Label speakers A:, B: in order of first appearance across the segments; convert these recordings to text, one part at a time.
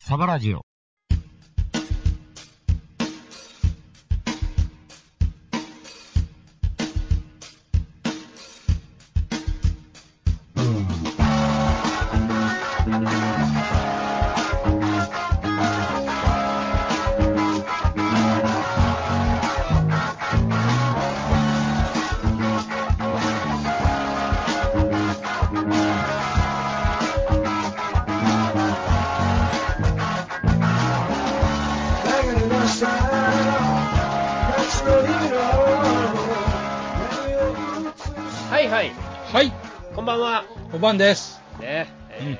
A: サバラジオ。
B: はいはい、
C: はい、
B: こんばんは。
C: おばんです。
B: ね、え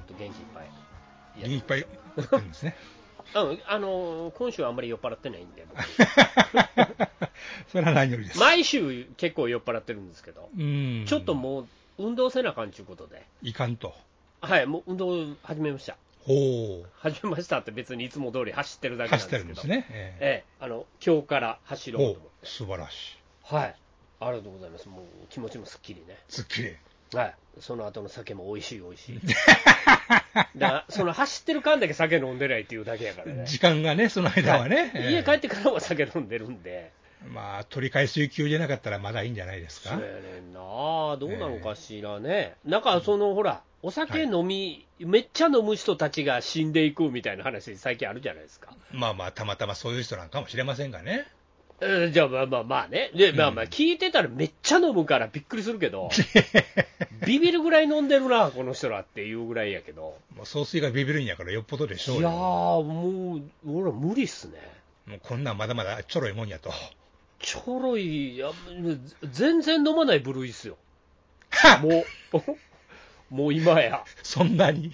B: ーっと、元気いっぱい。いや
C: いっぱい打ってるんですね。
B: うん、あのー今週はあんまり酔っ払ってないんで、僕
C: それは何よりです。
B: 毎週結構酔っ払ってるんですけど、
C: うん、
B: ちょっともう運動せなあかんちゅうことで、
C: いかんと。
B: はい、もう運動始めました。
C: ほう、
B: 始めましたって別にいつも通り走ってるだけなん
C: 走
B: で
C: っ
B: すけ
C: て
B: ど、
C: るんですね。え
B: ええ、あの今日から走
C: え
B: ろうと思
C: ほ
B: っ
C: う、素晴らしい。
B: て。はい、ありがとうございます。もう気持ちもすっきりね。
C: すっきり。
B: はい、その後の酒も美味しい美味しい。 だからその走ってる間だけ酒飲んでないっていうだけや からね。
C: 時間がね、その間はね。
B: はい
C: ええ
B: 家帰ってからは酒飲んでるんで、
C: まあ、取り返す急じゃなかったらまだいいんじゃないです
B: そ
C: か
B: う。やねんな、どうなのかしらね、なんかそのほら、お酒飲み、めっちゃ飲む人たちが死んでいくみたいな話、最近あるじゃないですか。
C: まあまあ、たまたまそういう人なんかもしれませんがね。
B: えーじゃあまあまあまあね、でまあまあ、
C: うん
B: 聞いてたらめっちゃ飲むからびっくりする けど、ビビるぐらい飲んでるな、この人らっていうぐらいやけど、
C: もう総帥がビビるんやからよっぽどでし
B: い
C: ょう
B: やー、
C: よ。
B: もう、俺は無理っすね。
C: もうこんなんまだまだちょろいもんやと。
B: ちょろい、いや全然飲まない部類っすよ、
C: は
B: もう、 もう今や。
C: そんなに。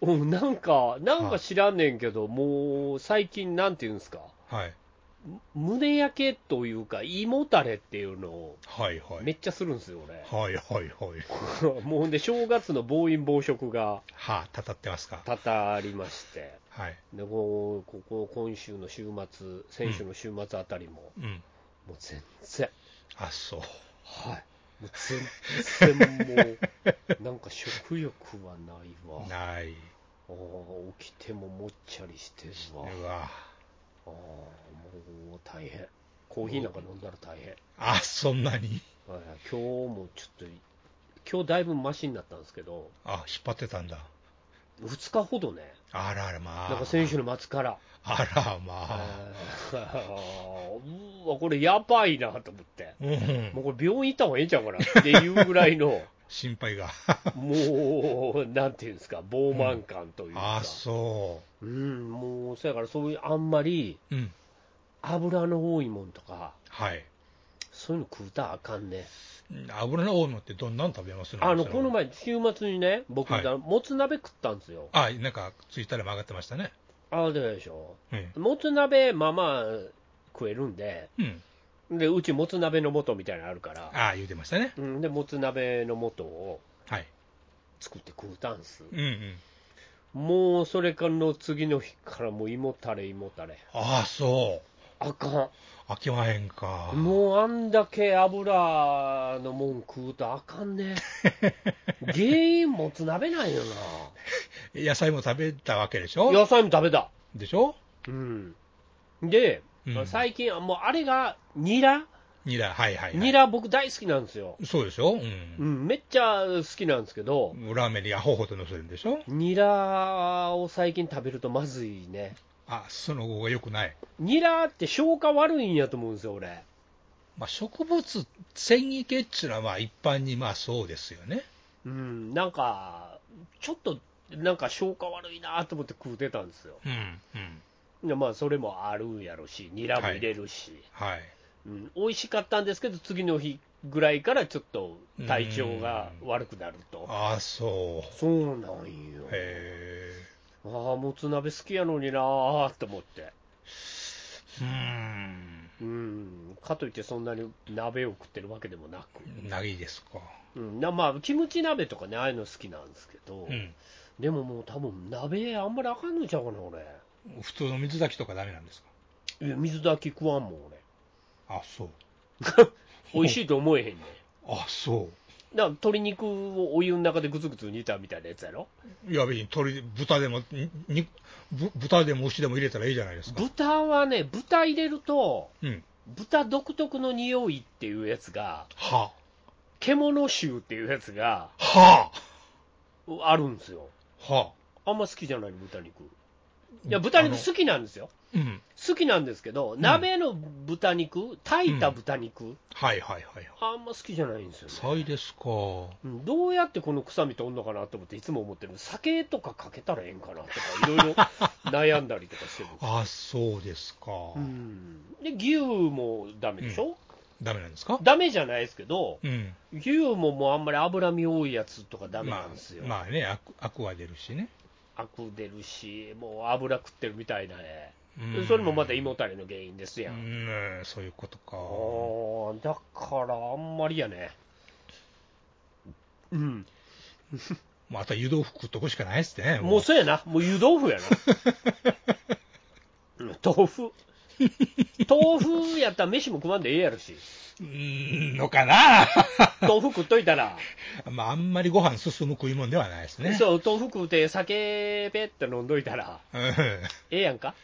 B: うん、なんか、なん
C: は
B: か
C: い
B: 知らんねんけど、もう最近、なんていうんですか、
C: はい。
B: む胸焼けというか、胃もたれっていうのを
C: はいはい。
B: めっちゃするんですよ、俺。
C: はいはいはい。
B: もうほんで、正月の暴飲暴食が
C: はあ、たたってますか。
B: 多々ありまして、
C: はい。
B: でこうここ、今週の週末、先週の週末あたりも、
C: うん。
B: もう全然、
C: あ、そう。
B: はい、もう 全然もう、なんか食欲はないわ、
C: ない。
B: あー起きてももっちゃりしてるわ。
C: うわ。
B: ああ、もう大変。コーヒーなんか飲んだら大変。
C: あ、そんなに。
B: はい今日もちょっと、今日だいぶマシになったんですけど、
C: あ、引っ張ってたんだ。
B: 2日ほどね、
C: あらあらまあ。
B: なんか先週の末から、
C: あら
B: あ
C: まあ。
B: ー うわ、これやばいなと思って、
C: うんう
B: も
C: ん。
B: うこれ病院行った方がええんちゃうかなっていうぐらい の、
C: 心配が。
B: もう、なんていうんですか、傲慢感というか
C: あ、、そ
B: うん、もう、そやからそういう、あんまり
C: う。うん。
B: 油の多いもんとか、
C: はい。
B: そういうの食うたらあかんね。
C: 油の多いのってどんなの食べます
B: あのこの
C: 前。
B: 前、週末にね、僕、
C: はい
B: もつ鍋食ったんですよ。
C: あ、なんか、ツイッターでも上がってましたね。
B: ああ、でしょ。
C: うん。
B: もつ鍋、まあまあ食えるんで、
C: うん。
B: でうち、もつ鍋の素みたいなのあるから、
C: あ言うてましたね。
B: うん、でもつ鍋の素を
C: はい。
B: 作って食うたんす。
C: うんうん。
B: もうそれからの次の日から、もう胃もたれ、胃もたれ、
C: あそ
B: あか
C: う。飽きまへんか。
B: ん、もうあんだけ油のもん食うとあかん ね、原因、もつ鍋なんよ
C: 野菜も食べたわけでし
B: な、
C: ょ
B: 野菜も食べた。
C: でしょ
B: うん、で、
C: うん
B: 最近、あもうあれがニラ、
C: ニラ、はいはいはい。
B: ニラ、僕大好きなんですよ、
C: そうでしょう。
B: うんん、めっちゃ好きなんですけど、
C: ラーメンにアホほど乗せるんでしょ
B: ニラを最近食べるとまずいね、
C: あ、その後が良くない。
B: ニラって消化悪いんやと思うんですよ、俺、
C: まあ、植物、繊維系っていうのはまあ一般にまあそうですよね。
B: うん、なんか、ちょっとなんか消化悪いなと思って食うてたんですよ、
C: うん、うん。
B: いやまあそれもあるんやろし、ニラも入れるし、
C: はい。
B: うん、美味しかったんですけど、次の日ぐらいからちょっと体調が悪くなると。
C: ああ、そう。
B: そうなんよ。
C: へ
B: ああ、もつ鍋好きやのになーって思って。
C: え。うー
B: うん。かといってそんなに鍋を食ってるわけでもなく。
C: ん。ないですか。
B: うん。なまあ、キムチ鍋とかね、ああいうの好きなんですけど、
C: うん。
B: でももう多分鍋あんまりあかんのちゃうかな、俺。
C: 普通の水炊きとかダメなんですか
B: いや水炊き食わんもん、俺。
C: あそう。
B: 美味しいと思えへんねん。
C: あそう。
B: だから鶏肉をお湯の中でぐつぐつ煮たみたいなやつやろ
C: いや、別に鶏、豚でも、ににぶ豚でも牛でも入れたらいいじゃないですか。
B: 豚はね、豚入れると、
C: うん。
B: 豚独特の匂いっていうやつが、
C: は
B: 獣臭っていうやつが
C: あ。は
B: あるんですよ。
C: あ。は
B: あんま好きじゃないの、豚肉。い
C: あ。
B: や、豚肉
C: あの
B: 好きなんですよ。
C: うん。
B: 好きなんですけど、鍋の豚肉、炊いた豚肉、
C: はいはいはいはい。
B: あんま好きじゃないんですよね。
C: そうですか。
B: うんどうやってこの臭みとんのかなと思っていつも思ってる酒とかかけたらええんかなとかいろいろ 悩んだりとかしてる、
C: あ、そうですか。
B: うん、で牛もダメでしょ、
C: ダメなんですか
B: ダメじゃないですけど
C: うん。
B: 牛ももうあんまり脂身多いやつとかダメなんですよ、
C: まあ、まあね、アクアクは出るしね。
B: アク出るしもう脂食ってるみたいなね、
C: うん
B: それもまた胃もたれの原因です
C: う
B: やん、
C: ん、そういうことか。
B: あーだからあんまりやねうん
C: まあ、あとは湯豆腐食うとこしかないですね。
B: もうそうやな、もう湯豆腐や な。うん豆腐。豆腐やったら飯も食わんでええやろし、
C: うーんのかな
B: 豆腐食っといたら、
C: まあ、あんまりご飯進む食い物ではないですね。う。
B: そう、豆腐食うて酒ペって飲んどいたら、
C: ん。
B: ええやんか。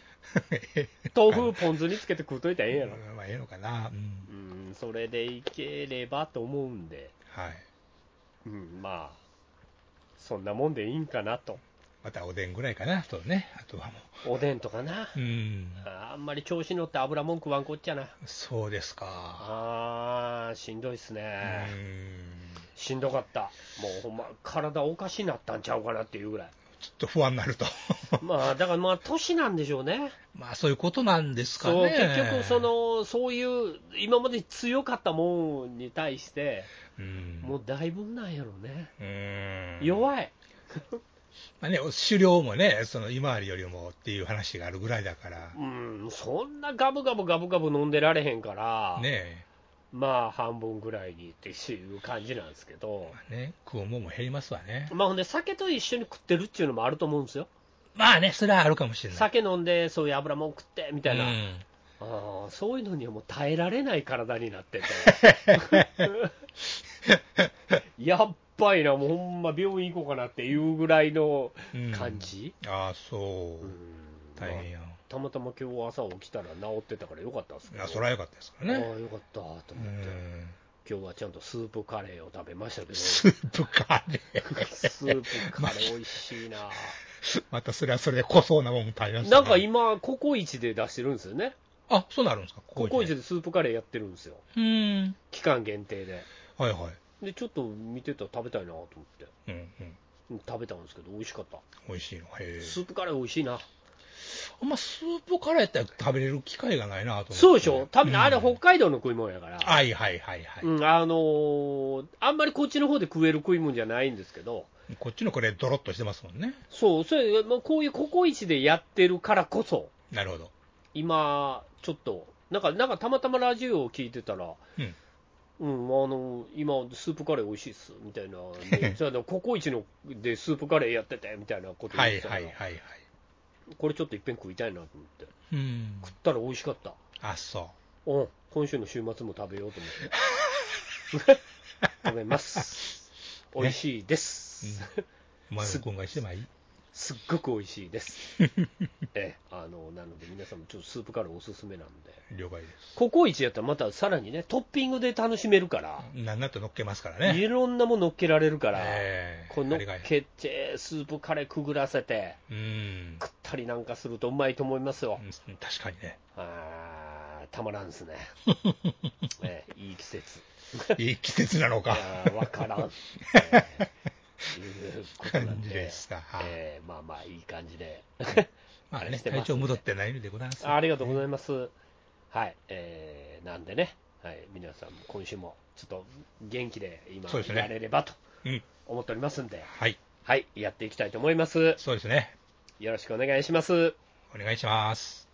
B: 豆腐ポン酢につけて食うといたらええやろ。
C: まあ、ええのかな。うん。
B: うん、それでいければと思うんで、
C: はい。
B: うん、まあ、そんなもんでいいんかなと。
C: またおでんぐらいかな。そうね。あとはも
B: おでんとかな。
C: う。うん。
B: あんまり調子乗って油もん食わんこっちゃな。
C: そうですか。
B: あー、しんどいっす
C: う
B: ね。
C: ん。
B: しんどかった、もうほんま、体おかしになったんちゃうかなっていうぐらい、
C: ちょっと不安にな ると。
B: まあだからまあ、年なんでしょうね、
C: まあ、そういうことなんですかね。
B: そう結局そ、の、そういう、今まで強かったもんに対して、
C: うん。
B: もうだいぶなんやろね、
C: うん。
B: 弱い、
C: まあね、狩猟もね、その今ありよりもっていう話があるぐらいだから、
B: うん、そんなガブガブガブガブ飲んでられへんから、
C: ね
B: まあ半分ぐらいにっていう感じなんですけど
C: え、ま。あね、食うもんも減りますわね。
B: まあ、ほんで酒と一緒に食ってるっていうのもあると思うんですよ、
C: まあね、それはあるかもしれない。
B: 酒飲んでそういう油もん食ってみたいな、
C: うん
B: ああそういうのにはもう耐えられない体になってて やっばいなもうほんま病院行こうかなっていうぐらいの
C: うん
B: 感じ、
C: ああ、そう
B: うん。
C: 大変
B: まあ
C: やん。
B: たまたま今日朝起きたら治ってたからよかったんですけど
C: あそれは良かったですから
B: あ
C: ね。
B: あよかったと思って、
C: うん。
B: 今日はちゃんとスープカレーを食べましたけどス
C: スープカレ
B: ープカレー美味しいな
C: ー。またそれはそれで濃そうなもんも食べますね
B: なんか今ココイチで出してるんですよね
C: あ、そうなるんですか
B: ココイチ
C: で。
B: でスープカレーやってるんですよ
C: うん。
B: 期間限定で
C: はいはい。
B: でちょっと見てたら食べたいなと思って
C: うんうん。
B: うん食べたんですけど美味しかった
C: 美味しいの。へえ。
B: スープカレー美味しいな
C: あんまスープカレーって食べれる機会がないなと思って。
B: そうでしょ多分、
C: うん
B: あれ北海道の食い物やから、
C: はいはいはいはい。
B: うん、あのーあんまりこっちの方で食える食い物じゃないんですけど
C: こっちのこれ、ドロッとしてますもんね。
B: そうそれ、まあ、こういうココイチでやってるからこそ
C: なるほど。
B: 今ちょっとなんかなんかたまたまラジオを聞いてたら
C: うん
B: うん、あの今、スープカレー美味しいっす みたいな、ね、そうやなココイチのでスープカレーやっててみたいなこと言
C: は
B: っ
C: い
B: てたか
C: は
B: ら、
C: いはいはい。
B: これちょっといっぺん食いたいなと思って、食
C: うん。
B: ったら美味しかった、
C: あ、そ
B: うん、今週の週末も食べようと思って。 食べます。美味しいです。
C: う。まず、今回してもいい
B: すっごく美味しいです。ええ、あの、なので皆さんもちょっとスープカレーおすすめなんで。
C: 了解です。
B: ココイチやったらまたさらにね、トッピングで楽しめるから、
C: なんなと乗っけますからね。
B: いろんなもん乗っけられるから、
C: ええ
B: こう乗っ
C: ありがたい
B: けて、スープカレーくぐらせて、
C: うん。
B: 食ったりなんかするとうまいと思いますよ。
C: うん確かにね。
B: あーたまらんですね。ええ、いい季節。
C: いい季節なのか。
B: 分からん、えーいうことな
C: 感
B: ん
C: じ
B: で、
C: ですか。はい
B: えーまあまあいい感じで、
C: まあね、
B: してます
C: 体調戻ってないのでございます。
B: ありがとうご
C: い
B: ざいます。はい、えーなんでね、はい、皆さんも今週もちょっと元気で今、
C: そうですね
B: やれればと
C: うん。
B: 思っておりますんで、
C: はい。
B: はい、やっていきたいと思います。
C: そうですね。
B: よろしくお願いします。
C: お願いします。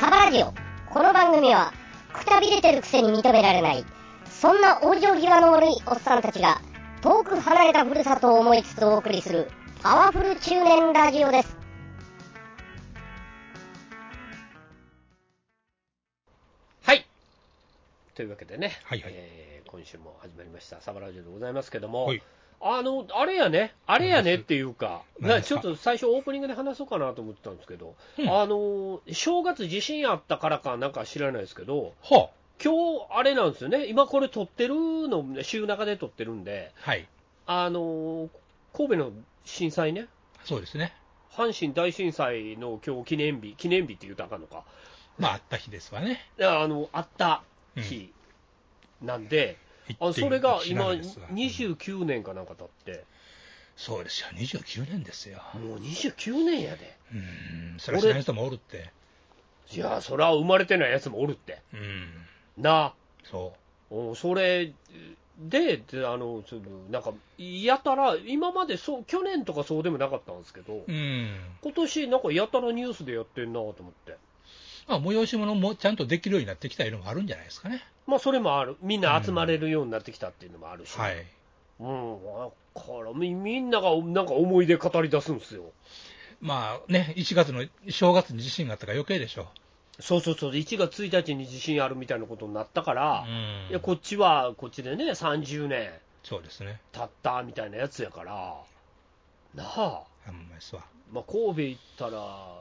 A: サバラジオ。この番組は、くたびれてるくせに認められない、そんな往生際の悪いおっさんたちが、遠く離れたふるさとを思いつつお送りする、パワフル中年ラジオです。
B: というわけでね、
C: はいはい
B: えー今週も始まりました、サバラジオでございますけども、
C: はい
B: あの、あれやね、あれやねっていうか、
C: 何
B: な
C: です
B: ち
C: か
B: ょっと最初、オープニングで話そうかなと思ってたんですけど、あの正月、地震あったからかなんか知らないですけど、
C: ほ
B: 今日あれなんですよね、今これ撮ってるの、ね週中で撮ってるんで
C: う、、はい、
B: あの神戸の震災ね、
C: そうですね、
B: 阪神大震災の今日記念日、記念日って言うたらあかんのか、
C: まあ、あった日ですわね、
B: いやあのあった日なんで、あのそれが今、
C: 1.17ですわうん
B: 29年かなんか経って、
C: そうですよ、29年ですよ、
B: もう29年やで、
C: うん、それは知らない人もおるって、
B: いや、そら生まれてないやつもおるって、
C: うん、
B: なあ、
C: そ
B: おそれで、であのそのなんか、やたら、今までそう去年とかそうでもなかったんですけど、
C: う、うん、
B: 今年なんかやたらニュースでやってんなと思って、
C: まあ、催し物もちゃんとできるようになってきた色もあるんじゃないですかね、
B: まあ、それもある、みんな集まれるようになってきたっていうのもあるし。
C: はい、
B: うん、だからみみんながなんか思い出語り出すんですよ。
C: まあね、1月の正月に地震があったから余計でしょ
B: そうそうそう、1月1日に地震あるみたいなことになったか
C: う、
B: ら、
C: ん
B: いやこっちはこっちでね、30年
C: そうですね、
B: 経ったみたいなやつやから、なあ、
C: あんまりすわ、
B: まあ、神戸行ったら、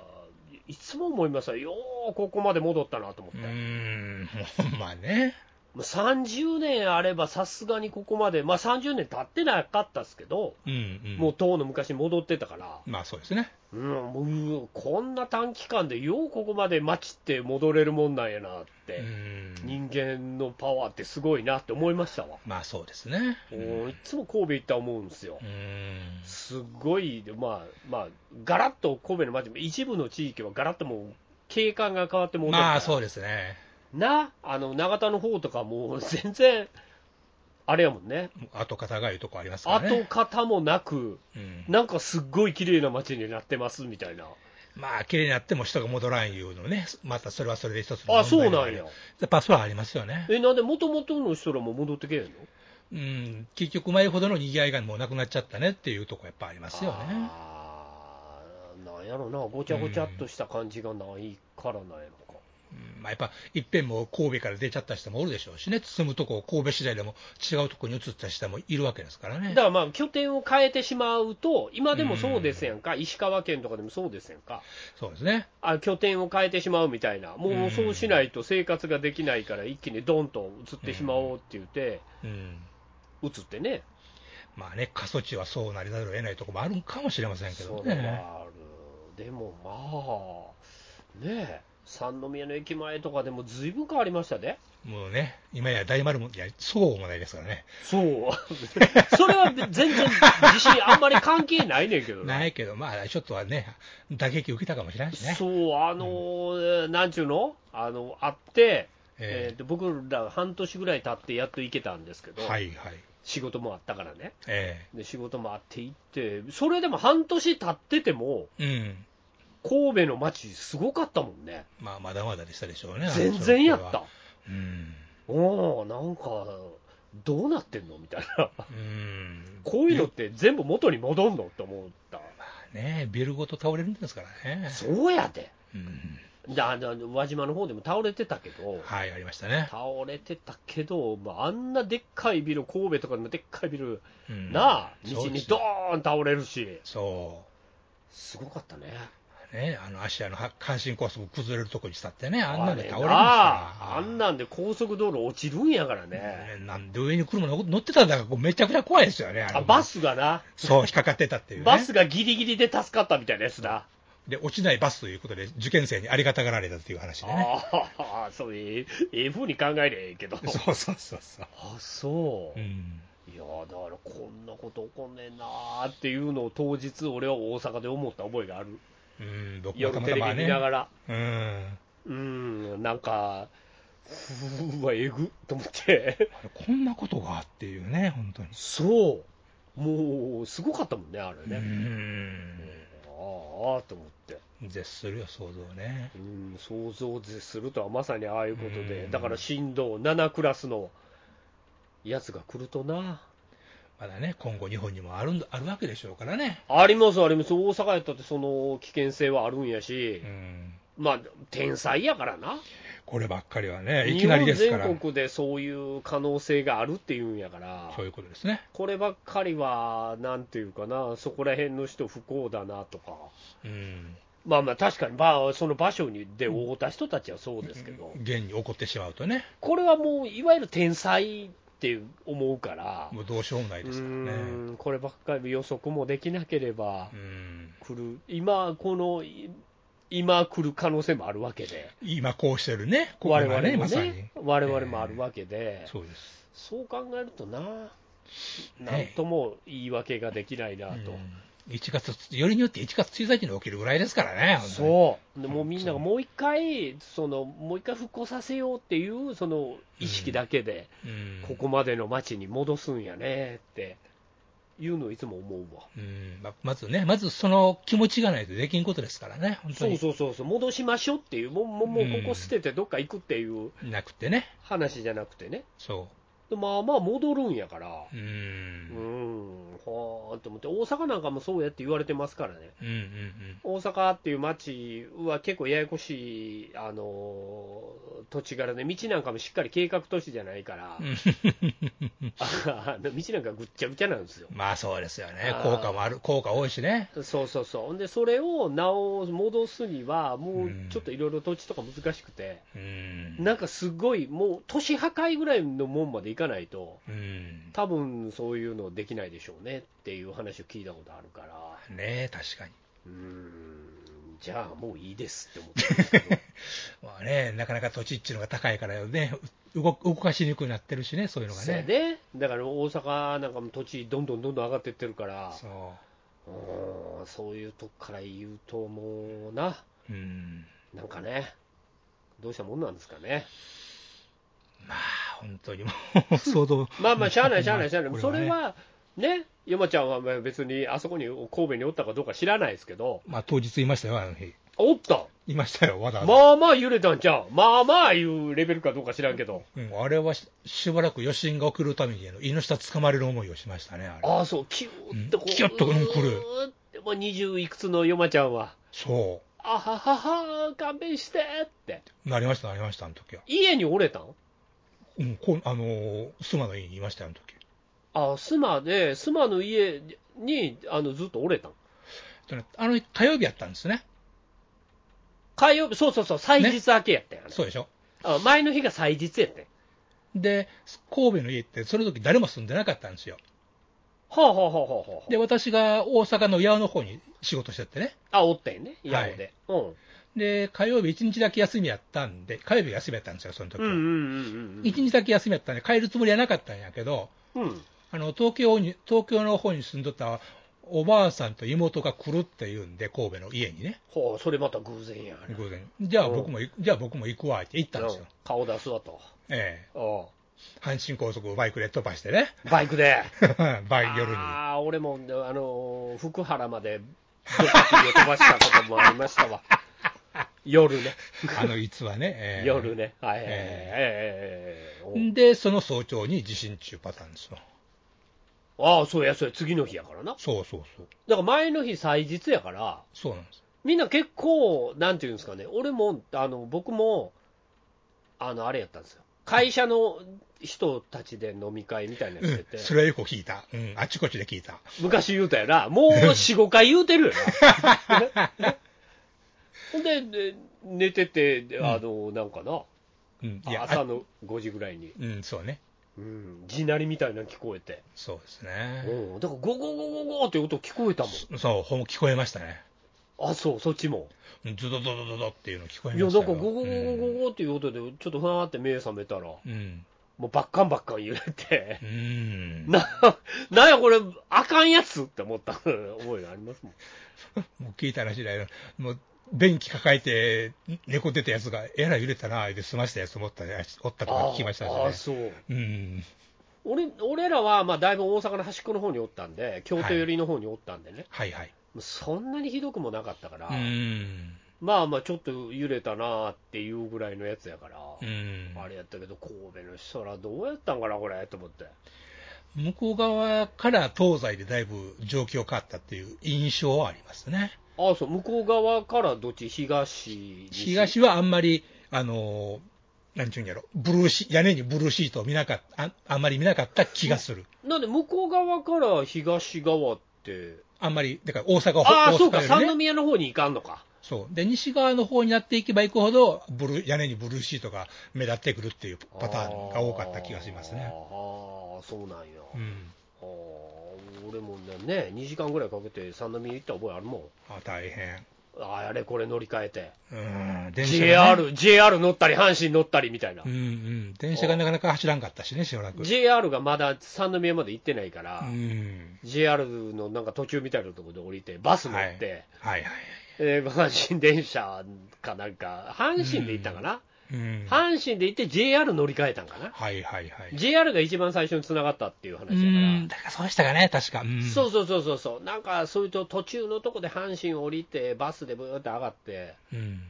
B: いつも思いますよ、ようここまで戻ったなと思っ
C: う
B: て、も
C: ん、ほんまね、
B: う30年あれば、さすがにここまで、まあ、30年経ってなかったですけど、
C: うん、うん、
B: もうとうの昔に戻ってたから。
C: まあそうですね、
B: うん、もううわこんな短期間でようここまで街って戻れるもんなんやなっ
C: う
B: て、
C: ん、
B: 人間のパワーってすごいなって思いましたわ、
C: まあそうですね、
B: もういつも神戸行ったら思うんですよ
C: う、ん、
B: すごい、まあ、まあ、ガラッと神戸の街も、一部の地域はガラッともう、景観が変わってもうてるから
C: まあそうですね、
B: な、あの長田の方とかもう 全然、あれやもんね、
C: 後方がいうとこありますから
B: 跡
C: ね、
B: 形もなく、
C: うん、
B: なんかすっごい綺麗な街になってますみたいな、
C: まあ綺麗になっても人が戻らんいうのね、またそれはそれで一つの
B: あ、
C: 問題
B: そう
C: では
B: な
C: あ
B: ん
C: る
B: や。
C: やっぱそれはありますよね、
B: え、なんで、もともとの人らも戻ってけえんの
C: うん、結局、前ほどの賑わいがもうなくなっちゃったねっていうとこやっぱありますよね。
B: あーなんやろな、ごちゃごちゃっとした感じがないからなんやろか。
C: うんまあ、やっぱいっぺんもう神戸から出ちゃった人もおるでしょうしね、住むとこ、神戸市内でも違うとこに移った人もいるわけですからね
B: だか、らまあ、拠点を変えてしまうと、今でもそうですやんか、石川県とかでもそうですやんか、
C: そうですね、
B: あ拠点を変えてしまうみたいな、も
C: う
B: うんそうしないと生活ができないから、一気にドンと移ってしまおうって言って、
C: うん、
B: 移ってね、
C: まあね、過疎地はそうなりざるを得ないとこもあるんかもしれませんけど
B: それ
C: ね、
B: はある、でもまあ、ねえ、三宮の駅前とかでもずいぶん変わりましたね。
C: もうね、今や大丸も、いや、そうもないですからね、
B: そう。 それは全然自信あんまり関係ないねんけど
C: な
B: ね。
C: いけど、まあ、ちょっとはね、打撃受けたかもしれないしね、
B: そう、あのーなんちゅうのあの、あって、え
C: え
B: ーと僕ら半年ぐらい経ってやっと行けたんですけど、
C: はいはい、
B: 仕事もあったからね。
C: え
B: で、仕事もあって行って、それでも半年経ってても、
C: えうん、
B: 神戸の街すごかったもんね。
C: まあ、まだまだでしたでしょうね、
B: 全然やった。。
C: うん、
B: おーなんか、どうなってんのみたいな。
C: うん、
B: こういうのって全部元に戻んのって思った。
C: まあね、ビルごと倒れるんですからね。
B: そうやで。
C: うん
B: だだ輪島の方でも倒れてたけど、
C: はい、ありましたね。
B: 倒れてたけど、まあ、あんなでっかいビル、神戸とかのでっかいビル、
C: うん
B: なあ、
C: そ
B: 道
C: うで
B: に
C: す
B: ドーン倒れるし、
C: そ
B: すごかったね。
C: う。ね、あの、足あの、は関心高速崩れるとこにしたってね、あんなんで倒れるんで
B: れな
C: すから
B: あ。あんなんで高速道路落ちるんやからね。
C: ねなんで上に車の乗ってたんだから、こうめちゃくちゃ怖いですよね。あれ
B: あバスがな、
C: そう、引っかかってたっていう、ね。
B: バスがギリギリで助かったみたいなやつだ。
C: で、落ちないバスということで、受験生にありがたがられたっていう話でね。
B: ああ、そうえええふうに考えりゃええけど。
C: そうそうそうそう。
B: あそう。
C: うん。
B: いやーだからこんなこと起こんねんなーっていうのを当日、俺は大阪で思った覚えがある、
C: うん、僕も
B: 夜
C: たま
B: テ
C: た
B: レビ
C: ま
B: 見な
C: ね。
B: がら、
C: うん。
B: うーん、なんか、うわ、えぐっと思って、
C: あれこんなことがっていうね、本当に。
B: そう、もうすごかったもんね、あれ
C: う
B: ね、
C: ん。
B: あーあーと思って、
C: 絶するよ、想像ね。
B: うん、想像を絶するとはまさにああいうことで、
C: うん
B: だから震度7クラスのやつが来るとな。
C: まだね、今後、日本にもあるんあるわけでしょうからね。
B: あります、あります、大阪やったってその危険性はあるんやし、
C: うん
B: まあ、天才やからな、
C: こればっかりはね、い
B: 日
C: きなり
B: 本
C: ですから、
B: 全国でそういう可能性があるっていうんやから、
C: そういうことですね。
B: こればっかりは、なんていうかな、そこら辺の人、不幸だなとか、
C: うん、
B: まあまあ、確かに、まあ、その場所にで会うた人たちはそうですけど、
C: 現に起こってしまうとね、
B: これはもう、いわゆる天才って思うから、
C: もうどうしようもないですからね。
B: うーんこればっかり予測もできなければ
C: う、ん
B: 来る、今、この、い今来る可能性もあるわけで。
C: 今こうしてるね、ここ
B: 我
C: が
B: 々
C: ね、
B: も
C: まさに
B: ね。、我々もあるわけで、
C: そうです。
B: そう考えるとな、なんとも言い訳ができないな
C: う
B: と、
C: ん1月、よりによって1月1日に起きるぐらいですからね、本
B: そう、でもうみんながもう一回、そのもう一回復興させようっていうその意識だけで、
C: 当にうん
B: ここまでの街に戻すんやねっていうのをいつも思うわ。
C: うんままずね、まずその気持ちがないとできんことですからね、本当
B: そう
C: に
B: そうそうそう、戻しましょうっていう、もうもうもうここ捨ててどっか行くっていう
C: なくてね、
B: 話じゃなくてね、
C: そ
B: でまあまあ戻るんやから。
C: う、う、
B: うんん、はあと思って、大阪なんかもそうやって言われてますからね、
C: うん、うん、うん、
B: 大阪っていう町は結構ややこしい、あの土地柄で、道なんかもしっかり計画都市じゃないから、 あの道なんかぐっちゃぐちゃなんですよ。
C: まあそうですよね
B: あ、ー
C: 効果もある、効果多いしね、
B: そうそうそう、ほんで、それをなお戻すには、も
C: うん
B: うちょっといろいろ土地とか難しくて、
C: うん、
B: なんかすごい、もう都市破壊ぐらいのもんまでいかないと、
C: うん、
B: 多分そういうのできないでしょうねっていう話を聞いたことあるから。
C: ね確かに。
B: うーんじゃあもういいですって思ってますけ ど
C: まあね、なかなか土地っていうのが高いからね、う動動かしにくくなってるしね、そういうのが
B: そうや
C: ね。
B: ね、だから大阪なんかも土地、どんどんどんどん上がっていってるから、
C: そう
B: ーんそういうとこから言うと、もうな、
C: う。うん。
B: なんかね、どうしたもんなんですかね、
C: まあ、本当にも う、相当。
B: まあまあ、しゃあない、しゃあない、しゃあない、そ
C: こ
B: れ
C: ね
B: はね、山ちゃんはまあ別にあそこに神戸におったかどうか知らないですけど、
C: まあ、当日いましたよ、あの日。
B: おった、
C: いましたよ、わざわざ。
B: まあまあ揺れたんちゃう、まあまあいうレベルかどうか知らんけど、
C: うん、あれはししばらく余震が起きるために、あの胃の下掴まれる思いをしましたね、あれ。
B: ああ、そう、キューってこう、
C: うんキュッとうん来る
B: うーってもう20いくつの山ちゃんは。
C: そ
B: あははは、勘弁してって。
C: う。なりました、なりました、あの時は。
B: 家におれたん
C: うん、こうあのー、妻の家にいましたよ、あの時。
B: あ、スマで、スマの家にあのずっとおれたん
C: えっとねあの日、火曜日やったんですね。
B: 火曜日、そうそうそう、祭日明けやったんやね
C: そうでしょ。
B: あ前の日が祭日やったんや
C: で、神戸の家って、その時誰も住んでなかったんですよ。
B: ほうほうほうほうほうほう。
C: で、私が大阪の八尾の方に仕事してってね。
B: あ、おったんやね、家で、うん。
C: で、火曜日一日だけ休みやったんで、火曜日が休みやったんですよ、その時
B: うんう
C: は。
B: んうんうん。
C: 一日だけ休みやったんで、帰るつもりはなかったんやけど、
B: うん。
C: あの東京に東京の方に住んどったおばあさんと妹が来るっていうんで、神戸の家にね、
B: ほう、それまた偶然やな。
C: 偶然、じゃあ
B: うん
C: 僕も行く、じゃあ僕も行くわって言ったんです
B: う
C: よ
B: ん、顔出すわと。
C: え
B: う
C: え阪神高速をバイクで飛ばしてね、
B: んバイクで。
C: バイク夜に。
B: ああ、俺も、あのー福原まで、ドッキリを飛ばしたこともありましたわ。夜ね。
C: あの逸話ね、ええ
B: 夜ね。はいはいはい。ええ
C: で、その早朝に地震中パターンですよ。
B: ああ、そうや、そうや、次の日やからな。だか
C: そうそうそう。
B: ら前の日、祭日やから、
C: そうなんです。
B: みんな結構、なんていうんですかね、俺も、あの僕も、あの、あれやったんですよ。会社の人たちで飲み会みたいなのして
C: う
B: て
C: ん、、それはよく聞いた。うん、あちこちで聞いた。
B: 昔言うたやな、もう4、5回言うてるよ な。ほんで、で寝てて、であの、なんかな、
C: うん、いや、
B: 朝
C: あ
B: の5時ぐらいに、
C: うん、そうね。
B: うん、地鳴りみたいなの聞こえて、
C: そうですね。
B: うん、だからゴゴゴゴゴって音聞こえたもん。
C: そう、ほん聞こえましたね。
B: あ、そう、そっちも。
C: うんズドドドドドっていうの聞こえま
B: い
C: した
B: や、
C: よ。
B: なんかゴゴゴゴ
C: うん
B: ゴゴっていう音で、ちょっとふわーって目覚めたら、も
C: うん。
B: うバッカンバッカン揺れ て
C: う、ん。
B: な、なんやこれ、あかんやつって思った思いがありますもん。
C: もう聞いた話だよ。もう、便器抱えて、猫出たやつが、えらい揺れたな、で済ましたやつおったやつおったとか聞きましたし
B: ああ、
C: ね。
B: そう。
C: うん。
B: 俺俺らはまあだいぶ大阪の端っこの方におったんで、京都寄りの方におったんでね、
C: はいはい。
B: もうそんなにひどくもなかったから、
C: うん。
B: まあまあ、ちょっと揺れたなーっていうぐらいのやつやから、
C: うん。
B: あれやったけど、神戸の人らどうやったんかな、これと思って、
C: 向こう側から東西でだいぶ状況変わったっていう印象はありますね。
B: ああ、そう、向こう側からどっち、東に、
C: 東はあんまり、あのーなんちゅうんやろ、ブルーシ屋根にブルーシートを見なかった、ああんまり見なかった気がする。
B: なんで、向こう側から東側って、
C: あんまり、だから大阪、
B: あ
C: 大
B: あ、
C: 阪
B: そうか、
C: よりね
B: 三宮の方に行かんのか。
C: そう。で、西側の方になっていけば行くほど、ブルー屋根にブルーシートが目立ってくるっていうパターンが多かった気がします
B: あ
C: ね。
B: ーあー、そうなんや。
C: うん。
B: あー俺もね、2時間ぐらいかけて三宮行った覚えあるもん。
C: あ、大変。
B: あーあれこれ乗り換えて、
C: うん。電車がね、
B: JR、JR 乗ったり、阪神乗ったりみたいな、
C: うんうん。電車がなかなか走らんかったしね、しばらく。
B: JR がまだ三宮まで行ってないから
C: う、ん。
B: JR のなんか途中みたいなところで降りて、バス乗って、
C: はいはい。
B: えー阪神電車かなんか、阪神で行ったんかな、
C: うん。はい
B: 阪神で行って JR 乗り換えたんかな、
C: はいはい。
B: JR が一番最初につながったっていう話
C: う
B: だから。
C: ん。だからそうでしたかね、確か。うん。
B: そうそうそうそうそう、なんかそういうと途中のとこで阪神降りて、バスでブーって上がって、
C: うん。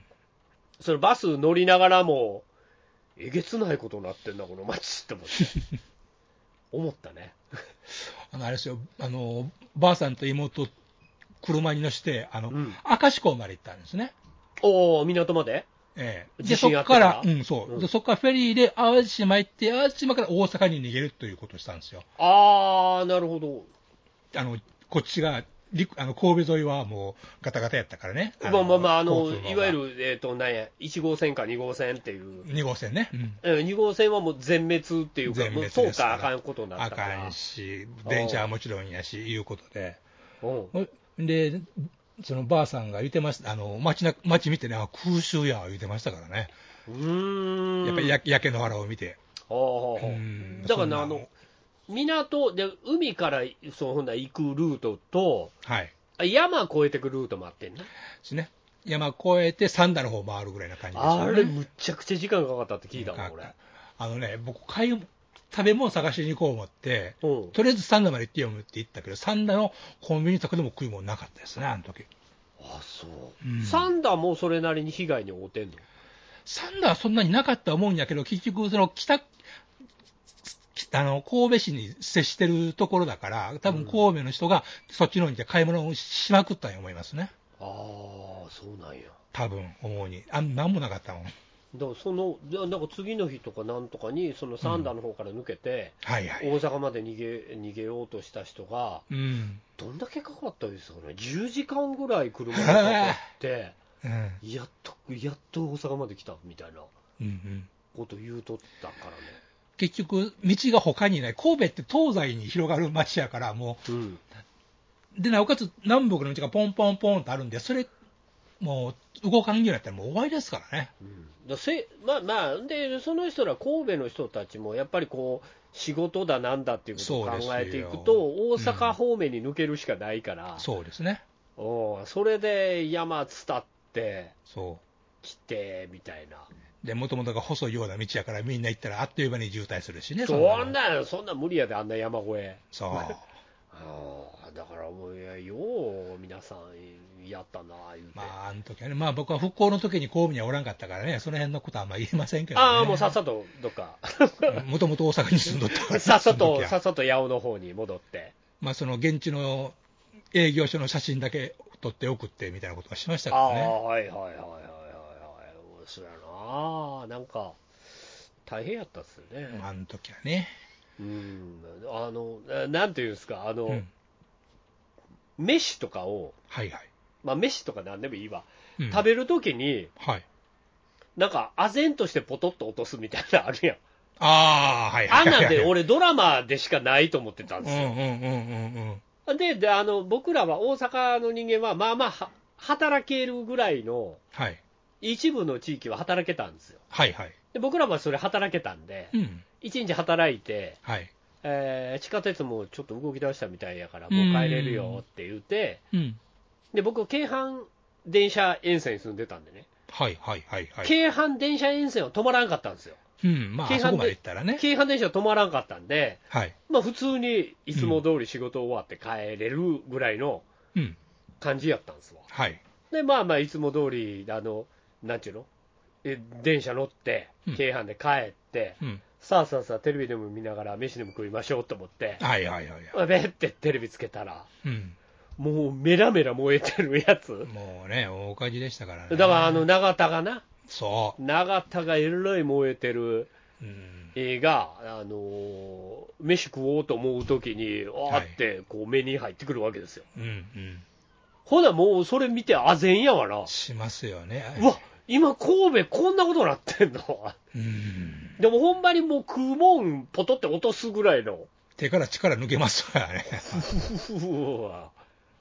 B: そのバス乗りながらも、えげつないことになってんだ、この街って思って、 思ったね、
C: あの、あれですよ、あの、ばあさんと妹、車に乗して、あの
B: うん、
C: 明石港まで行ったんですね。
B: おお、港まで、
C: ええ、
B: 地
C: で、そ
B: 震
C: こ
B: あった
C: か
B: から
C: ら、うん、そう。
B: うん
C: で、そこからフェリーで淡路島行って、淡路島から大阪に逃げるということをしたんですよ。
B: あー、なるほど、
C: あの、こっちが、陸あの、神戸沿いはもう、ガタガタやったからね。
B: まあまあまあ、あの
C: 交通網が
B: いわゆる、えー、となんや1号線か2号線っていう、
C: 2号線ね。うん。
B: えー2号線はもう全滅っていうか、
C: 全
B: も
C: 滅
B: う
C: ですか
B: そ
C: ら
B: うかあかんことになっ
C: あ
B: たから、
C: かんし、電車はもちろんやし、いうことで。
B: うん、
C: で、そのばあさんが言ってました、あの、街な、街見てね、あ空襲や、言ってましたからね。
B: うーん
C: やっぱりや焼け野原を見て。
B: ああ
C: うん
B: だから
C: そん
B: な
C: な
B: あの港で海からそうほんなら行くルートと
C: はい。
B: 山越えてくルートもあってんね
C: ですね。山越えて三田の方回るぐらいな感じですよね。
B: あれむっちゃくちゃ時間かかったって聞いたもん俺
C: あのね、僕、買い、食べ物探しに行こう思って、
B: うん
C: とりあえず三田まで行ってよって言ったけど、三田のコンビニとかでも食い物なかったですね、あの時。
B: あそう
C: うん
B: サンダーもそれなりに被害に遭うてんの
C: 三田はそんなになかったと思うんやけど、結局、その北、あの、神戸市に接してるところだから、多分神戸の人がそっちの方に行って買い物をしまくったんや思いますね。
B: ああそうなんや
C: 多分、思うに。あん、なんもなかったもん。
B: だからそのだなんか次の日とかなんとかにそのサンダーの方から抜けて、
C: はいはい。
B: 大阪まで逃げ逃げようとした人が
C: うん。
B: どんだけかかったですかね10時間ぐらい車にかか って
C: うん。
B: やっと、やっと大阪まで来たみたいな
C: うんうん。
B: こと言うとったから
C: 結局、道が他にない。神戸って東西に広がる街やから、も
B: ね。うん。
C: う、で、なおかつ南北の道がポンポンポンとあるんで、それ、もう、動かんようになったらもう終わりですからね。
B: だせまあまあ、で、その人ら、神戸の人たちも、やっぱりこう、仕事だなんだっていうことを考えていく
C: そうです
B: と、
C: よ
B: 大阪方面に抜けるしかないから、
C: そうですね。
B: うんそれで山伝って
C: そ
B: 来てみたいな、
C: う。で、もともとが細いような道やから、みんな行ったらあっという間に渋滞するしね。
B: そん
C: なの
B: なん、そんなん無理やで、あんな山越え。
C: そう。
B: ああだからもういや、よう皆さんやったな、言うて。
C: まあ、あの時はね、まあ僕は復興の時に神戸にはおらんかったからね、その辺のことはあんま言えませんけど、ね。
B: ああ、もうさっさとどっか。
C: もともと大阪に住んどったから。
B: さっさ
C: その時
B: と、
C: は
B: さっさと八尾の方に戻って。
C: まあ、その現地の営業所の写真だけ撮って送ってみたいなことはしましたけ
B: あ
C: ど
B: あ
C: ね。
B: ー、はいはいはいはいはいはい。そうやななんか、大変やったっすよね。
C: あの時はね。
B: うん。あの、ななんていうんですか、あの、
C: うん
B: 飯とかを、
C: はいはい。
B: まあ飯とか何でもいいわ。
C: うん
B: 食べるときに、
C: はい。
B: なんか、唖然としてポトッと落とすみたい なのあるやん。
C: ああ、はいは
B: あ
C: い
B: ん
C: はい。
B: なんで俺ドラマでしかないと思ってたん
C: うん
B: ですよ。
C: うんうんうんうん。
B: でであの、僕らは大阪の人間は、まあまあは、働けるぐらいの、
C: はい。
B: 一部の地域は働けたんですよ。
C: はいはい。
B: で僕らはそれ働けたんで
C: う、ん。
B: 一日働いて、
C: はい。
B: えー地下鉄もちょっと動き出したみたいやから、もう帰れるよって言って、
C: うん。
B: で僕、京阪電車沿線に住んでたんでね、
C: はいはいはいはい。
B: 京阪電車沿線は止まらんかったんですよ。
C: うん。まあ、
B: 京阪
C: あ
B: で
C: そこまで行ったらね。
B: 京阪電車は止まらんかったんで、
C: はい。
B: まあ、普通にいつも通り仕事終わって帰れるぐらいの
C: うん。
B: 感じやったんですわ。
C: はい。
B: で、まあまあ、いつも通り、あの、なんちゅうのえ電車乗って
C: う、ん
B: 京阪で帰って、
C: うん。
B: さあさあさあ、テレビでも見ながら、飯でも食いましょうと思って、
C: はいはいはいはい。
B: べってテレビつけたら、
C: うん。
B: もうメラメラ燃えてるやつ。
C: もうね、大火事でしたからね。
B: だからあの、永田がな、
C: そ
B: 永田がえらい燃えてる
C: う。うん。
B: 映画、あのー飯食おうと思うときに、あーってこう目に入ってくるわけですよ。
C: うんうん。
B: ほな、もうそれ見て、あぜんやわな。
C: しますよね。
B: うわ今、神戸、こんなことなってんの
C: うん。
B: でも、ほんまにもう食うもん、ポトって落とすぐらいの、
C: 手から力抜けますからね。
B: ふふふは、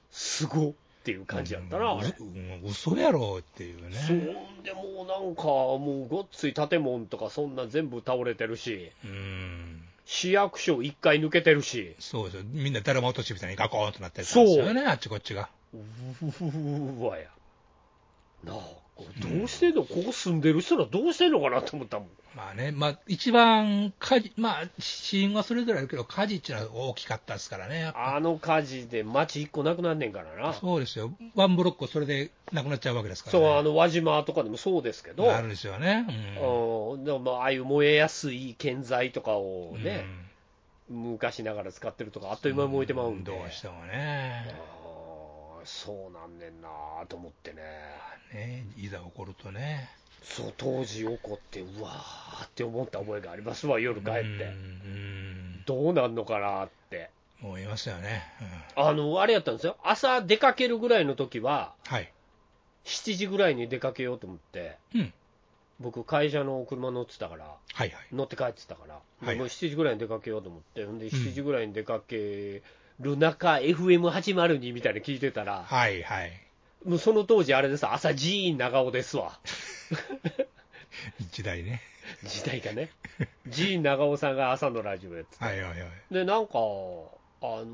B: すごっていう感じやったな、あれ。
C: うんうん嘘やろっていうね。
B: そうでもうなんか、もうごっつい建物とか、そんな全部倒れてるし、
C: うん。
B: 市役所1回抜けてるし、
C: そうですよ。みんなだるま落としみたいにガコーンとなってたんですよね、あっちこっちが。
B: うふわや。なあ、これどうしてんの、ここ住んでる人らどうしてんのかなと思ったもん。
C: まあね、まあ、一番火事、まあ、死因はそれぞれあるけど、火事っていうのは大きかったですからね、やっぱ
B: あの火事で町1個なくなんねんからな。
C: そうですよ、ワンブロックをそれでなくなっちゃうわけですから、
B: そ
C: ね、
B: う、あの輪島とかでもそうですけど、
C: なるんですよね、うん
B: うん、でもまあああいう燃えやすい建材とかをね、昔ながら使ってるとか、あっという間に燃えてまうんで、
C: どうしても
B: あ
C: ね
B: ーそうなんねんなと思ってね、
C: ね、いざ起こるとね、
B: そう当時起こって、うわーって思った覚えがありますわ、夜帰って、
C: うん
B: どうなんのかなって、
C: うん、思いますよね、うん
B: あのあれやったんですよ、朝出かけるぐらいの時は、
C: はい、
B: 7時ぐらいに出かけようと思って、
C: うん、
B: 僕、会社の車乗ってたから。
C: はいはい、
B: 乗って帰ってたから、
C: はい
B: もう7時ぐらいに出かけようと思って、ほんで7時ぐらいに出かける中、FM802 みたいに聞いてたら、
C: はいはい、
B: もうその当時、あれです、朝寺院長尾で すわ、
C: 時代ね、
B: 時代がね、寺院長尾さんが朝のラジオやって
C: はいはいはい、
B: で、なんか、あの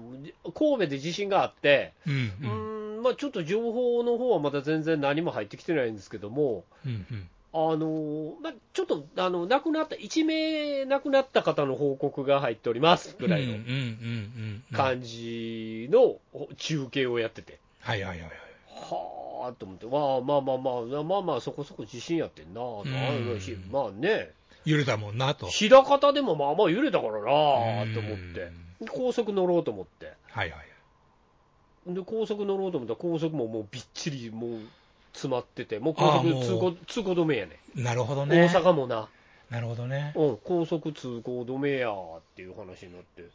B: 神戸で地震があって、
C: うん
B: う
C: うん、うん
B: ーんまあ、ちょっと情報の方はまだ全然何も入ってきてないんですけども、
C: うん、
B: あのまあ、ちょっとあの亡くなった、1名亡くなった方の報告が入っておりますぐらいの。
C: うんうんうんうん、はい
B: 感じの中継をやってて、
C: はいはいはい、
B: はあと思って、まあまあまあまあ、まあまあ、そこそこ自信やってんなと、
C: うん
B: あのしまあね、
C: 揺れたもんなと、
B: 枚方でもまあまあ揺れたからなと思っ
C: う
B: て
C: ん、
B: 高速乗ろうと思って、
C: はいはい。
B: で高速乗ろうと思ったら、高速ももうびっちりもう詰まってて、もう高
C: ああも
B: 速
C: う
B: 通行通行止めやね
C: なるほど
B: ん、
C: ね。
B: 大阪もな、
C: なるほどね。
B: うん、高速通行止めやっていう話になって、う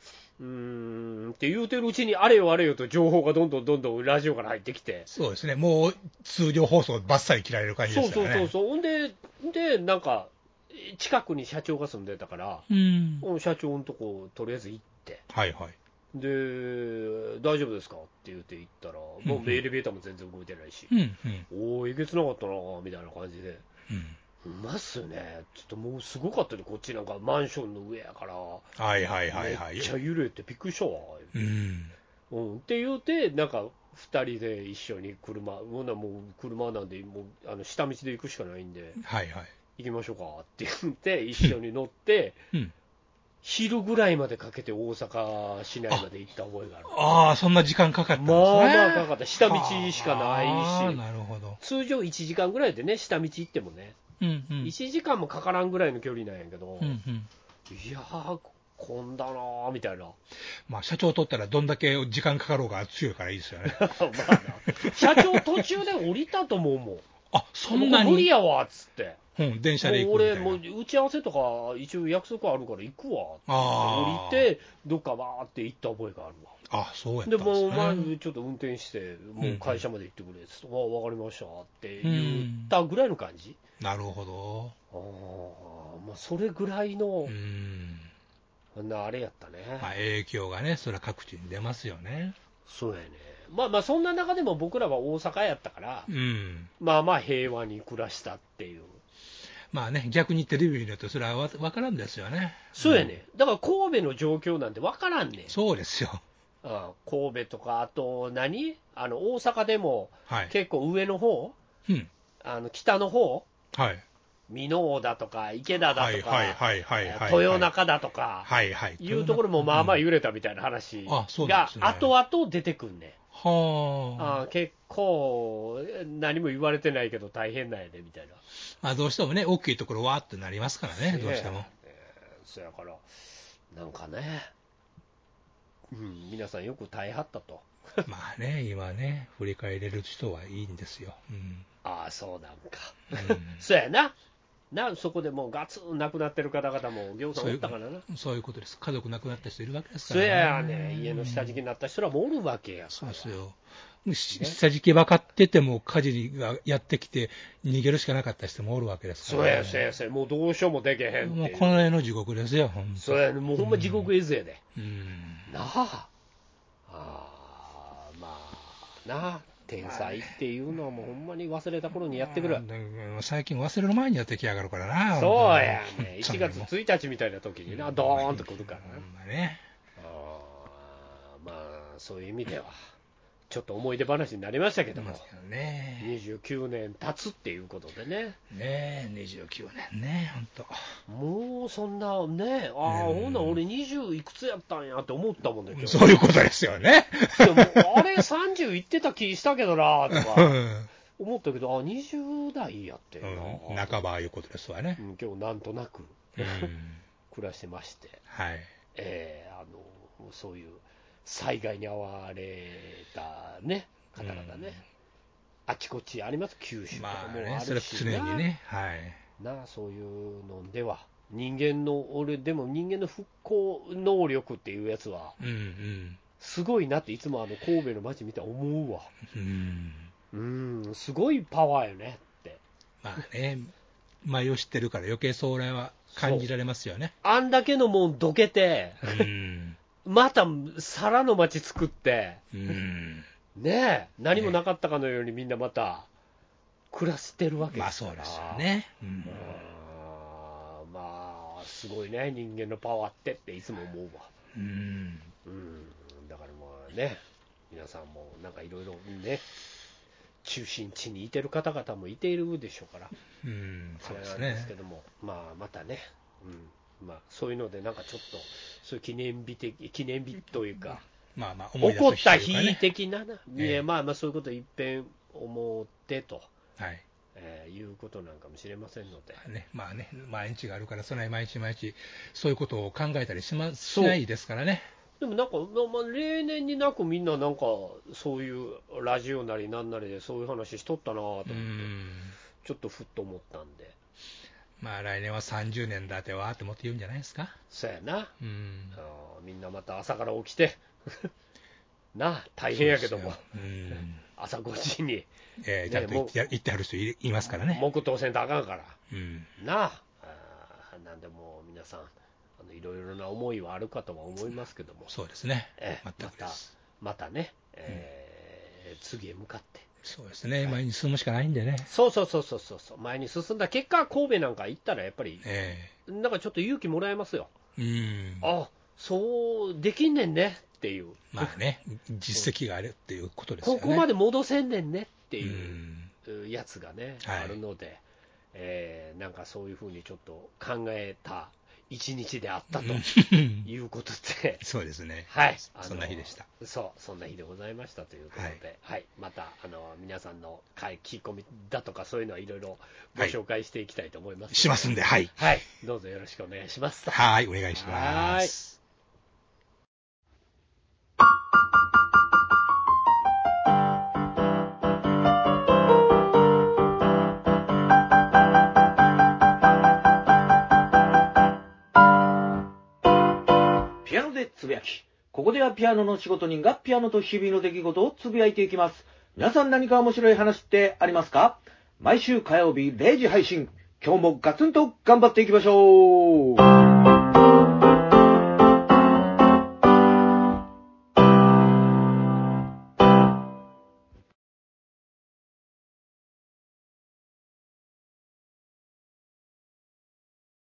B: ーんって言うてるうちに、あれよあれよと情報がどんどんどんどんラジオから入ってきて。
C: そうですね。もう通常放送ばっさり切られる感じ
B: そ
C: で
B: う
C: すか
B: そう
C: らね。
B: そうそう、ほんで、でなんか、近くに社長が住んでたから、
C: うん。
B: 社長のとこ、とりあえず行って、
C: はいはい。
B: で、大丈夫ですかって言って行ったら、も
C: う
B: うんエレベーターも全然動いてないし、
C: うんうん。
B: おお、えげつなかったなみたいな感じで、
C: うん。
B: うまっすね、ちょっともうすごかったで、こっちなんかマンションの上やから、
C: はいはいはいは
B: め
C: い
B: っ。ちゃ揺れてびっくりしたわ。
C: うん。
B: うん、って言うて、なんか2人で一緒に車、ほんならもう車なんで、もうあの下道で行くしかないんで、
C: はいはい。
B: 行きましょうかって言って、一緒に乗って、
C: うん。
B: 昼ぐらいまでかけて大阪市内まで行った覚えがある。
C: ああ、そんな時間かかったんですね。
B: まあまあかかった下道しかないし
C: あーなるほど。
B: 通常1時間ぐらいでね、下道行ってもね、
C: うんうん。
B: 1時間もかからんぐらいの距離なんやけど、
C: うんう
B: い
C: ん。
B: やー、混んだなーみ たいな、
C: まあ、社長取ったらどんだけ時間かかろうが強いからいいですよね。
B: まあな社長、途中で降りたと思うもん、
C: あ、そんな
B: もう無理
C: に。
B: やわっつって、
C: うん、電車で
B: も
C: 行
B: う
C: くみ
B: 俺、
C: たい
B: も
C: な
B: う。打ち合わせとか、一応約束あるから行くわって
C: ああ。
B: 降り。て、どっかわーって行った覚えがあるわ。
C: あ、そうやったん
B: で
C: ですね。
B: もうお前、ちょっと運転して、もう会社まで行ってくれっつって、わあわかりましたって言ったぐらいの感じ、
C: なるほど。
B: ああまあ、それぐらいの
C: う、ん。
B: なあれやったね、
C: まあ、影響がね、それは各地に出ますよね。
B: そうやね、まあまあ、そんな中でも僕らは大阪やったから、
C: うん。
B: まあまあ平和に暮らしたっていう、
C: まあね、逆にテレビ見ると、それはわ分からんですよね。
B: そうやね、だから神戸の状況なんて分からんねん、
C: そうですよ。
B: ああ神戸とか、あと何、あの大阪でも
C: はい。
B: 結構上の方
C: うん。
B: あの北の方
C: はい。
B: 箕面だとか池田だとか。
C: はいはいはいはいはい。
B: 豊。中だとか、
C: はいはい。
B: いうところもまあまあ
C: うん
B: 揺れたみたいな話
C: あそうなん
B: が
C: ですね
B: 後々出てくんね、
C: はあ。
B: あー結構、何も言われてないけど大変なんやでみたいな、
C: まあどうしてもね、大きいところはってなりますからね、どうしても。
B: そやから、なんかね、うん、皆さんよく耐えはったと。
C: まあね、今ね、振り返れる人はいいんですよ。うん。
B: ああ、そうなんか。
C: うん
B: そやな。な、そこでもうガツン亡くなってる方々もぎょうさんおったからな。
C: そういうことです。家族亡くなった人いるわけですか
B: そ
C: ら、
B: やね、家の下敷きになった人らもおるわけやから。
C: そうですよ。し下敷き分かってても火事がやってきて逃げるしかなかった人もおるわけですか
B: そ
C: ら、
B: や、そや、そや、もうどうしようもでけへん
C: も
B: っ
C: う
B: てい
C: この
B: う。
C: 辺の地獄ですよ、ほんと
B: そやね、もうほんま地獄絵図やで。
C: うん。
B: なあ。ああ、まあ、なあ。天才っていうのはもうほんまに忘れた頃にやってくる。
C: うん最近忘れる前にやってきやがるからな。
B: そうやね。
C: ほん
B: 1
C: とに
B: 月1日みたいな時にな、ドーンと来るからな
C: ほ。んまね。
B: あーまあ、そういう意味では、ちょっと思い出話になりましたけども、
C: ね
B: 29年経つっていうことでね、
C: ね29年ね、ほんと。
B: もうそんなね、ああ、
C: うん
B: ほんなら俺20いくつやったんやって思ったもんね、今日
C: そういうことですよね。
B: いやもうあれ30いってた気したけどなと
C: う
B: か
C: ん。
B: 思ったけど、あ20代やってんな、
C: うん半ばああいうことですわね
B: う。ん今日なんとなく
C: うん。
B: 暮らしてまして、
C: はい。
B: えーあのそういう災害に遭われた、ね、方々ね、あちこちあり ます、九州とか
C: まあ
B: も
C: ね
B: あ、
C: それ
B: る
C: は
B: し
C: 常
B: な、
C: にね。はい。
B: なあそういうのでは、人間の、俺、でも人間の復興能力っていうやつは、
C: うんうん。
B: すごいなって、いつもあの神戸の街見て思うわ、
C: うん。
B: うん、すごいパワーよねって、
C: まあね、前を知ってるから余計それは感じられますよね。
B: あんだけのもんどけて、
C: うん。
B: また皿の街作って。
C: うん。
B: ねえ、何もなかったかのようにみんなまた暮らしてるわけ
C: ま
B: で
C: あ
B: すか
C: そ
B: ら、
C: うですよ。ね。うん
B: うんまあ、すごいね、人間のパワーってっていつも思うわ。
C: うん。
B: うん、だからまあね、皆さんもなんかいろいろね、中心地にいてる方々もいているでしょうから、
C: うん。そうで
B: あ
C: す
B: れなんです
C: ね
B: け。ども、まあまたね、うんまあ、そういうので、なんかちょっと、そういう記念日的、記念日というか、
C: まあまあ、思い出
B: 怒
C: す
B: っ
C: 日
B: た
C: というか
B: 日
C: ね。
B: 的なな、
C: ええ
B: いやまあまあそういうこといっぺん思ってと、
C: はい。
B: えーいうことなんかもしれませんので、
C: ね、まあね、毎日があるから、それは毎日毎日、そういうことを考えたりし,、ま、しないですからね。
B: でもなんか、まあ、例年になくみんななんか、そういうラジオなりなんなりでそういう話しとったなと思って
C: う、ん。
B: ちょっとふっと思ったんで、
C: まあ来年は30年だってわーって思って言うんじゃないですか。
B: そやな、
C: うん
B: あ。ーみんなまた朝から起きて、 なあ、大変やけども、
C: そうですよ。うん。
B: 朝5時に、
C: えーちゃんと
B: ね
C: 言ってや言ってはる人いいますからね。
B: 黙祷せんとあかんから。
C: うん。
B: なあ、あーなんでもう皆さん、あのいろいろな思いはあるかとは思いますけども、
C: そうですね。
B: ええ
C: 全くです。
B: またね、えー次へ向かって、
C: そうですね。前に進むしかないんでね。
B: そうそうそうそうそうそう、前に進んだ結果、神戸なんか行ったら、やっぱり、
C: え
B: なんかちょっと勇気もらえますよ、
C: えうん。
B: あそうできんねんねっていう、
C: まあね、実績があるっていうことですよ
B: こ
C: ね。
B: こまで戻せんねんねって
C: う
B: い
C: ん。
B: うやつがね、
C: はい
B: あるので、えーなんかそういうふうにちょっと考えた一日であったということで。
C: そうですね。
B: はい、
C: そんな日でした
B: あの。そう、そんな日でございましたということで、はい、またあの皆さんの買い聞き込みだとかそういうのはいろいろご紹介していきたいと思います、
C: しますんで、はい。
B: はい、どうぞよろしくお願いします。
C: はい、お願いします。
D: ピアノでつぶやき。ここではピアノの仕事人がピアノと日々の出来事をつぶやいていきます。皆さん何か面白い話ってありますか毎週火曜日0時配信。今日もガツンと頑張っていきましょう